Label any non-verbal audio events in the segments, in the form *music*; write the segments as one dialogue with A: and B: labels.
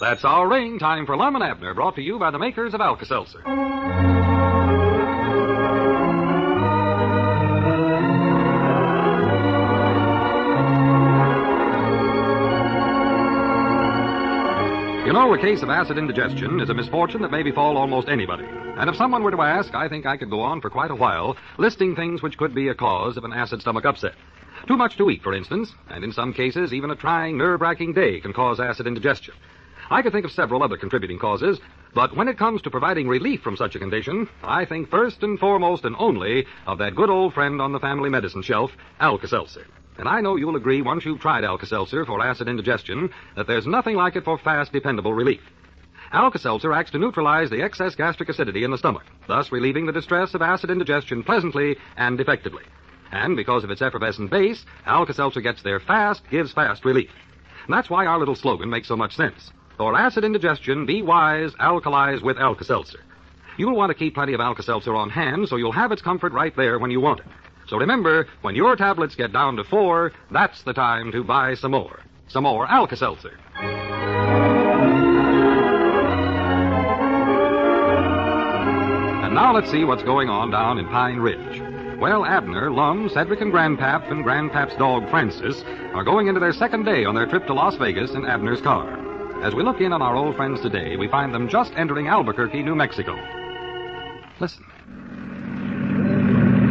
A: That's our ring. Time for Lemon Abner, brought to you by the makers of Alka Seltzer. You know, a case of acid indigestion is a misfortune that may befall almost anybody. And if someone were to ask, I think I could go on for quite a while listing things which could be a cause of an acid stomach upset. Too much to eat, for instance, and in some cases, even a trying, nerve wracking day can cause acid indigestion. I could think of several other contributing causes, but when it comes to providing relief from such a condition, I think first and foremost and only of that good old friend on the family medicine shelf, Alka Seltzer. And I know you'll agree once you've tried Alka Seltzer for acid indigestion that there's nothing like it for fast, dependable relief. Alka Seltzer acts to neutralize the excess gastric acidity in the stomach, thus relieving the distress of acid indigestion pleasantly and effectively. And because of its effervescent base, Alka Seltzer gets there fast, gives fast relief. And that's why our little slogan makes so much sense. For acid indigestion, be wise, alkalize with Alka Seltzer. You'll want to keep plenty of Alka Seltzer on hand so you'll have its comfort right there when you want it. So remember, when your tablets get down to four, that's the time to buy some more. Some more Alka Seltzer. And now let's see what's going on down in Pine Ridge. Well, Abner, Lum, Cedric, and Grandpap, and Grandpap's dog, Francis, are going into their second day on their trip to Las Vegas in Abner's car. As we look in on our old friends today, we find them just entering Albuquerque, New Mexico. Listen.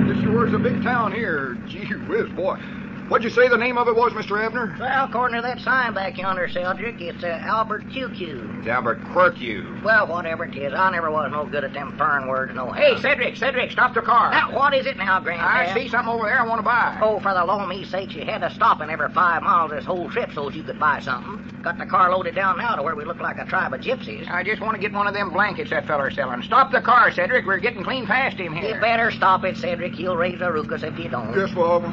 B: This sure is a big town here. Gee whiz, boy. What'd you say the name of it was, Mr. Abner?
C: Well, according to that sign back yonder, Cedric, it's uh, Albert QQ.
B: Albert Quirkyu.
C: Well, whatever it is, I never was no good at them fern words, no how.
D: Cedric, Cedric, stop the car.
C: Now, what is it now, Grandpa?
D: something over there I want to buy.
C: Oh, for the low me sakes, you had to stop in every five miles this whole trip so you could buy something. Got the car loaded down now to where we look like a tribe of gypsies.
D: I just want to get one of them blankets that feller's selling. Stop the car, Cedric. We're getting clean past him
C: You
D: here.
C: better stop it, Cedric. You'll raise a ruckus if you don't.
B: Yes, Bob.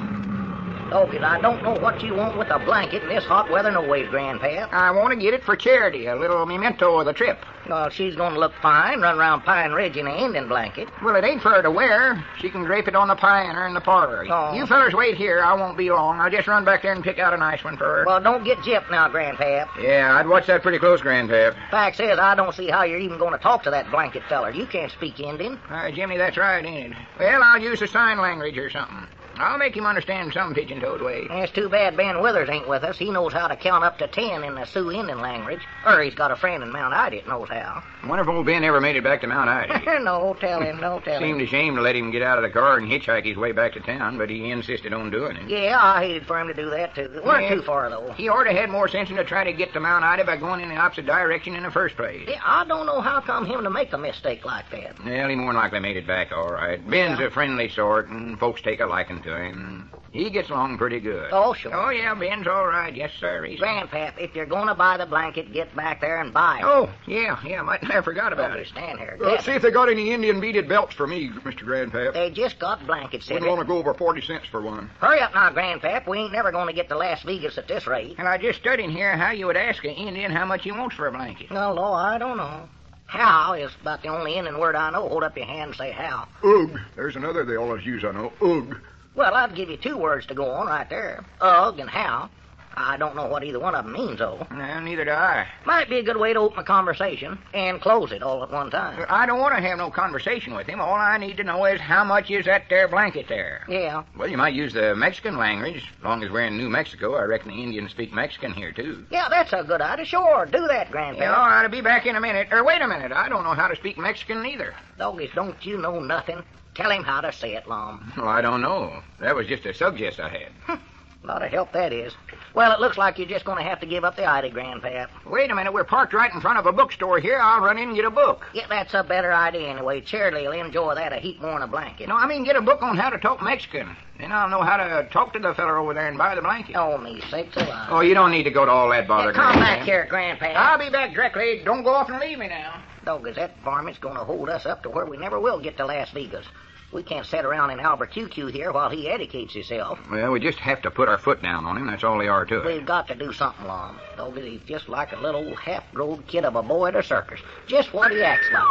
C: Dogged, I don't know what you want with a blanket in this hot weather, no ways, Grandpa.
D: I want to get it for charity, a little memento of the trip.
C: Well, she's going to look fine, run around Pine Ridge in an Indian blanket.
D: Well, it ain't for her to wear. She can drape it on the pine or in the parlor.
C: Oh.
D: You fellers wait here. I won't be long. I'll just run back there and pick out a nice one for her.
C: Well, don't get gypped now, Grandpa.
D: yeah, I'd watch that pretty close, Grandpap.
C: Fact is, I don't see how you're even going to talk to that blanket feller. You can't speak Indian.
D: Uh, Jimmy, that's right, ain't it? Well, I'll use the sign language or something. I'll make him understand some pigeon-toed way.
C: And It's too bad Ben Withers ain't with us. He knows how to count up to ten in the Sioux Indian language. Or he's got a friend in Mount Ida that knows how. *laughs*
D: Wonder if old Ben ever made it back to Mount Ida.
C: no, tell him, no, tell
D: Seemed
C: him.
D: a shame to let him get out of the car and hitchhike his way back to town, but he insisted on doing it.
C: Yeah, I hated for him to do that, too. It weren't
D: Yeah.
C: too far, though.
D: He ought to had more sense than to try to get to Mount Ida by going in the opposite direction in the first place.
C: Yeah, I don't know how come him to make a mistake like that.
D: Well, he more than likely made it back all right. Ben's
C: Yeah.
D: a friendly sort, and folks take a liking to him. He gets along pretty good.
C: Oh, sure.
D: Oh, yeah, Ben's all right. Yes, sir. He's...
C: Grandpap, if you're going to buy the blanket, get back there and buy it.
D: Oh, yeah, yeah. Might *laughs* I forgot about
C: Don't you
D: it.
C: stand here.
B: Uh,
C: Get
B: see
C: it.
B: if they got any Indian beaded belts for me, Mr. Grandpap.
C: They just got blankets,
B: Wouldn't want
C: Cedric.
B: to go over 40 cents for one.
C: Hurry up now, Grandpap. We ain't never going to get to Las Vegas at this rate.
D: And I just studied here how you would ask an Indian how much he wants for a blanket.
C: No, no, I don't know. How is about the only Indian word I know. Hold up your hand and say how.
B: Ugh. There's another they always use, I know. Ugh.
C: Well, I'd give you two words to go on right there. Ugh and how. I don't know what either one of them means, though.
D: No, neither do I.
C: Might be a good way to open a conversation and close it all at one time.
D: I don't want to have no conversation with him. All I need to know is how much is that there blanket there.
C: Yeah.
D: Well, you might use the Mexican language. As long as we're in New Mexico, I reckon the Indians speak Mexican here, too.
C: Yeah, that's a good idea. Sure, do that, Grandpap.
D: Yeah, I'll be back in a minute. Or wait a minute. I don't know how to speak Mexican either.
C: Doggies, don't you know nothing? Tell him how to say it, Lom.
D: Well, I don't know. That was just a suggest I had.
C: A lot of help that is. Well, it looks like you're just going to have to give up the idea, Grandpap.
D: Wait a minute. We're parked right in front of a bookstore here. I'll run in and get a book.
C: Yeah, that's a better idea anyway. Charity will enjoy that a heap more than a blanket.
D: No, I mean get a book on how to talk Mexican. Then I'll know how to talk to the feller over there and buy the blanket.
C: Oh, me sakes alive.
D: Oh, Ah. you don't need to go to all that bother.
C: Yeah, come
D: Grandpa.
C: back here, Grandpa.
D: I'll be back directly. Don't go off and leave me now.
C: Dog, is that varmint's going to hold us up to where we never will get to Las Vegas. We can't sit around in Albert QQ here while he educates himself.
D: Well, we just have to put our foot down on him. That's all they are to it.
C: We've got to do something, Lon. Dog, he's just like a little half-grown kid of a boy at a circus. Just what he acts like.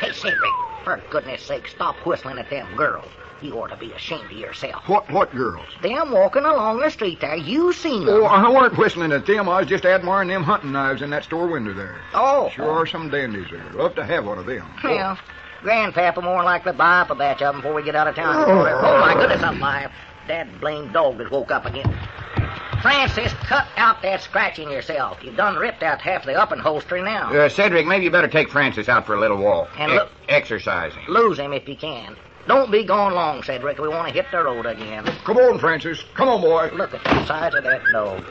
C: Hey, Cedric, for goodness sake, stop whistling at them girls. You ought to be ashamed of yourself.
B: What what girls?
C: Them walking along the street there, you seen them.
B: Oh, I weren't whistling at them. I was just admiring them hunting knives in that store window there.
C: Oh.
B: Sure are some dandies there. Love to have one of them.
C: Well, Grandpapa more likely buy up a batch of them before we get out of town. Oh, my goodness, I'm alive. That blamed dog has woke up again. Francis, cut out that scratching yourself. You've done ripped out half the up and holstery now.
D: Uh, Cedric, maybe you better take Francis out for a little walk.
C: And
D: E-
C: look-
D: exercise him.
C: Lose him if you can. Don't be gone long, Cedric. We want to hit the road again.
B: Come on, Francis. Come on, boy.
C: Look at the size of that dog.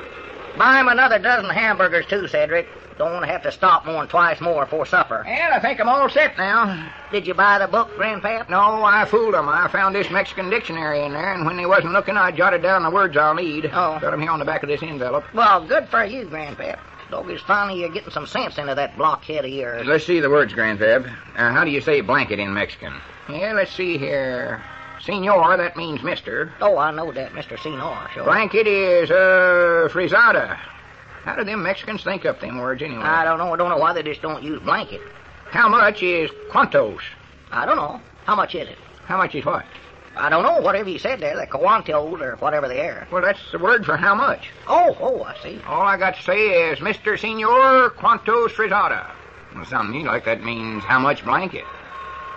C: Buy him another dozen hamburgers, too, Cedric. Don't want to have to stop more than twice more for supper.
D: Well, I think I'm all set now.
C: Did you buy the book, Grandpap?
D: No, I fooled 'em. I found this Mexican dictionary in there, and when they wasn't looking, I jotted down the words I'll need.
C: Oh.
D: Got 'em here on the back of this envelope.
C: Well, good for you, Grandpap. Dog is finally you're getting some sense into that blockhead of yours.
D: Let's see the words, Grandfab. Uh, how do you say blanket in Mexican? Yeah, let's see here. Senor, that means mister.
C: Oh, I know that, Mr. Senor, sure.
D: Blanket is, uh, frisada. How do them Mexicans think up them words anyway?
C: I don't know. I don't know why they just don't use blanket.
D: How much is cuantos?
C: I don't know. How much is it?
D: How much is what?
C: I don't know. Whatever you said there, the Coantos or whatever they are.
D: Well, that's the word for how much.
C: Oh, oh, I see.
D: All I got to say is, Mr. Senor, cuantos frisada. Well, something like that means how much blanket.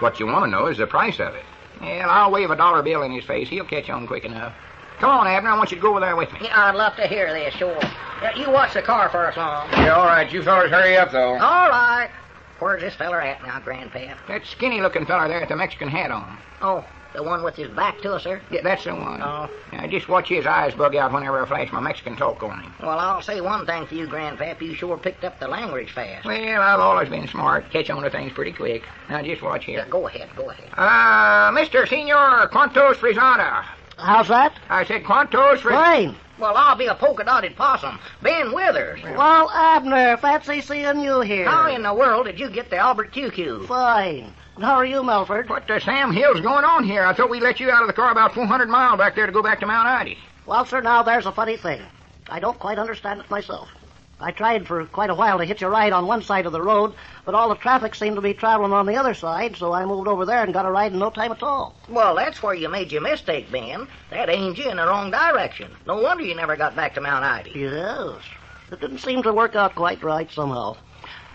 D: What you want to know is the price of it. Well, I'll wave a dollar bill in his face. He'll catch on quick enough. Come on, Abner. I want you to go over there with me.
C: Yeah, I'd love to hear this, sure. Yeah, you watch the car for us, Mom.
D: Yeah, all right. You fellas hurry up, though.
C: All right. Where's this feller at now, Grandpap?
D: Oh, That skinny-looking feller there with the Mexican hat on.
C: Oh, the one with his back to us, sir?
D: Yeah, that's the one.
C: Oh.
D: Now, just watch his eyes bug out whenever I flash my Mexican talk on him.
C: Well, I'll say one thing for you, Grandpap. You sure picked up the language fast.
D: Well, I've always been smart. Catch on to things pretty quick. Now, just watch here.
C: Yeah, go ahead, go ahead.
D: Uh, Mr. Senor, cuantos frisada?
E: How's that?
D: I said cuantos frisada.
E: Rain.
C: Well, I'll be a polka-dotted possum. Ben Withers.
E: Well, Abner, fancy seeing you here.
C: How in the world did you get the Albert QQ?
E: Fine. And how are you, Melford?
D: What the Sam Hill's going on here? I thought we let you out of the car about 400 miles back there to go back to Mount Ida.
E: Well, sir, now there's a funny thing. I don't quite understand it myself. I tried for quite a while to hitch a ride on one side of the road, but all the traffic seemed to be traveling on the other side, so I moved over there and got a ride in no time at all.
C: Well, that's where you made your mistake, Ben. That aimed you in the wrong direction. No wonder you never got back to Mount Ivy.
E: Yes. It didn't seem to work out quite right somehow.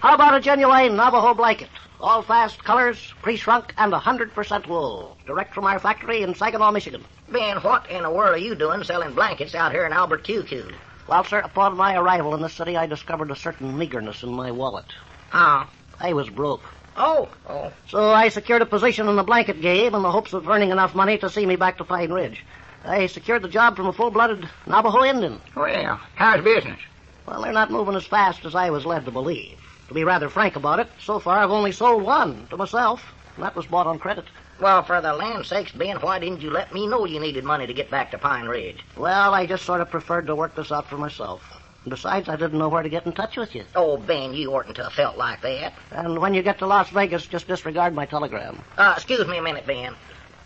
E: How about a genuine Navajo blanket? All fast colors, pre-shrunk, and 100% wool. Direct from our factory in Saginaw, Michigan.
C: Ben, what in the world are you doing selling blankets out here in Albert QQ?
E: Well, sir, upon my arrival in the city, I discovered a certain meagerness in my wallet.
C: Ah.
E: I was broke.
C: Oh, oh.
E: So I secured a position in the blanket game in the hopes of earning enough money to see me back to Pine Ridge. I secured the job from a full-blooded Navajo Indian.
D: Well, how's business?
E: Well, they're not moving as fast as I was led to believe. To be rather frank about it, so far I've only sold one to myself, and that was bought on credit.
C: Well, for the land's sakes, Ben, why didn't you let me know you needed money to get back to Pine Ridge?
E: Well, I just sort of preferred to work this out for myself. Besides, I didn't know where to get in touch with you.
C: Oh, Ben, you oughtn't to have felt like that.
E: And when you get to Las Vegas, just disregard my telegram.
C: Uh, excuse me a minute, Ben.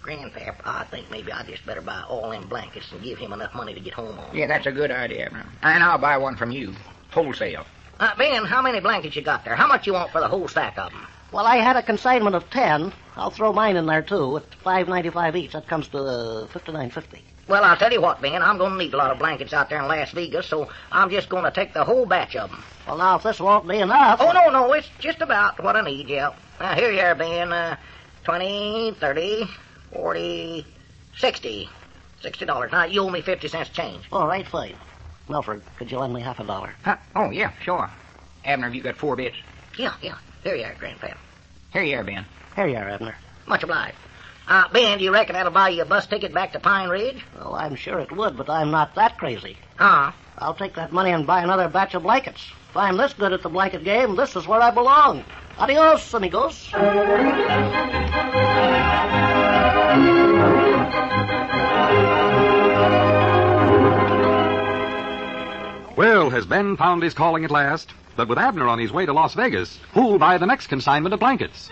C: Grandpap, I think maybe I just better buy all them blankets and give him enough money to get home on.
D: Yeah, that's a good idea. And I'll buy one from you. Wholesale.
C: Uh, ben, how many blankets you got there? How much you want for the whole stack of them?
E: Well, I had a consignment of ten. I'll throw mine in there too. At five ninety-five each, that comes to uh, fifty-nine fifty.
C: Well, I'll tell you what, Ben, I'm going to need a lot of blankets out there in Las Vegas, so I'm just going to take the whole batch of them.
E: Well, now if this won't be enough,
C: Oh, no, no, it's just about what I need, yeah. Now, here you are, Ben. Uh, 20, 30, 40, 60. $60. Now, you owe me 50 cents change.
E: all right, fine. Milford, could you lend me half a dollar?
D: Huh? Oh, yeah, sure. Abner, have you got four bits?
C: Yeah, yeah. Here you are, Grandpap.
D: Here you are, Ben.
E: Here you are, Abner.
C: Much obliged. Uh, Ben, do you reckon that'll buy you a bus ticket back to Pine Ridge?
E: Well, Oh, I'm sure it would, but I'm not that crazy.
C: Huh?
E: I'll take that money and buy another batch of blankets. If I'm this good at the blanket game, this is where I belong. Adios, amigos.
A: Well, has Ben found his calling at last? But with Abner on his way to Las Vegas, who'll buy the next consignment of blankets?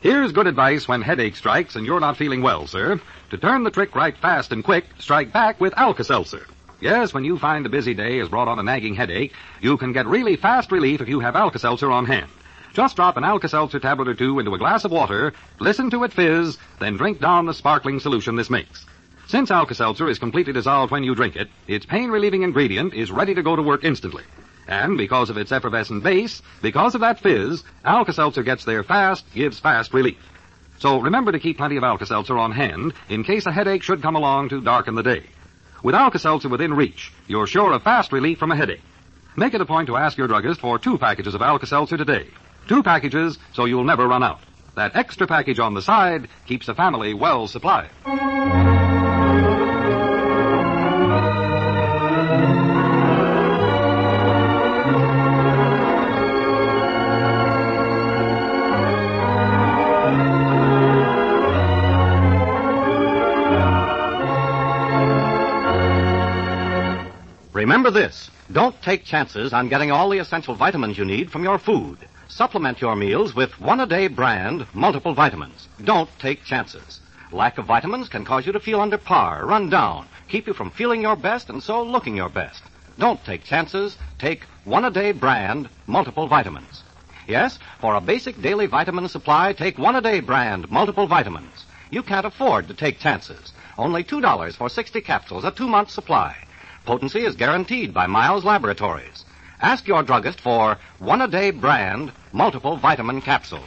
A: Here's good advice when headache strikes and you're not feeling well, sir. To turn the trick right fast and quick, strike back with Alka Seltzer. Yes, when you find the busy day has brought on a nagging headache, you can get really fast relief if you have Alka Seltzer on hand. Just drop an Alka Seltzer tablet or two into a glass of water, listen to it fizz, then drink down the sparkling solution this makes. Since Alka Seltzer is completely dissolved when you drink it, its pain relieving ingredient is ready to go to work instantly. And because of its effervescent base, because of that fizz, Alka Seltzer gets there fast, gives fast relief. So remember to keep plenty of Alka Seltzer on hand in case a headache should come along to darken the day. With Alka Seltzer within reach, you're sure of fast relief from a headache. Make it a point to ask your druggist for two packages of Alka Seltzer today. Two packages so you'll never run out. That extra package on the side keeps the family well supplied.
F: Remember this. Don't take chances on getting all the essential vitamins you need from your food. Supplement your meals with one a day brand, multiple vitamins. Don't take chances. Lack of vitamins can cause you to feel under par, run down, keep you from feeling your best and so looking your best. Don't take chances. Take one a day brand, multiple vitamins. Yes, for a basic daily vitamin supply, take one a day brand, multiple vitamins. You can't afford to take chances. Only $2 for 60 capsules, a two month supply. Potency is guaranteed by Miles Laboratories. Ask your druggist for one a day brand, multiple vitamin capsules.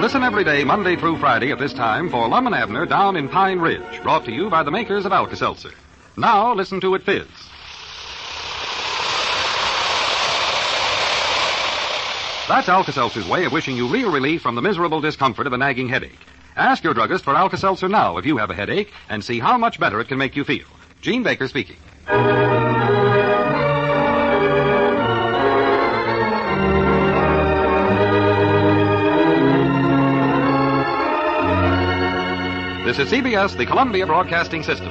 A: Listen every day, Monday through Friday at this time for Lum and Abner down in Pine Ridge, brought to you by the makers of Alka Seltzer. Now listen to it fizz. That's Alka Seltzer's way of wishing you real relief from the miserable discomfort of a nagging headache. Ask your druggist for Alka Seltzer now if you have a headache and see how much better it can make you feel. Gene Baker speaking. This is CBS, the Columbia Broadcasting System.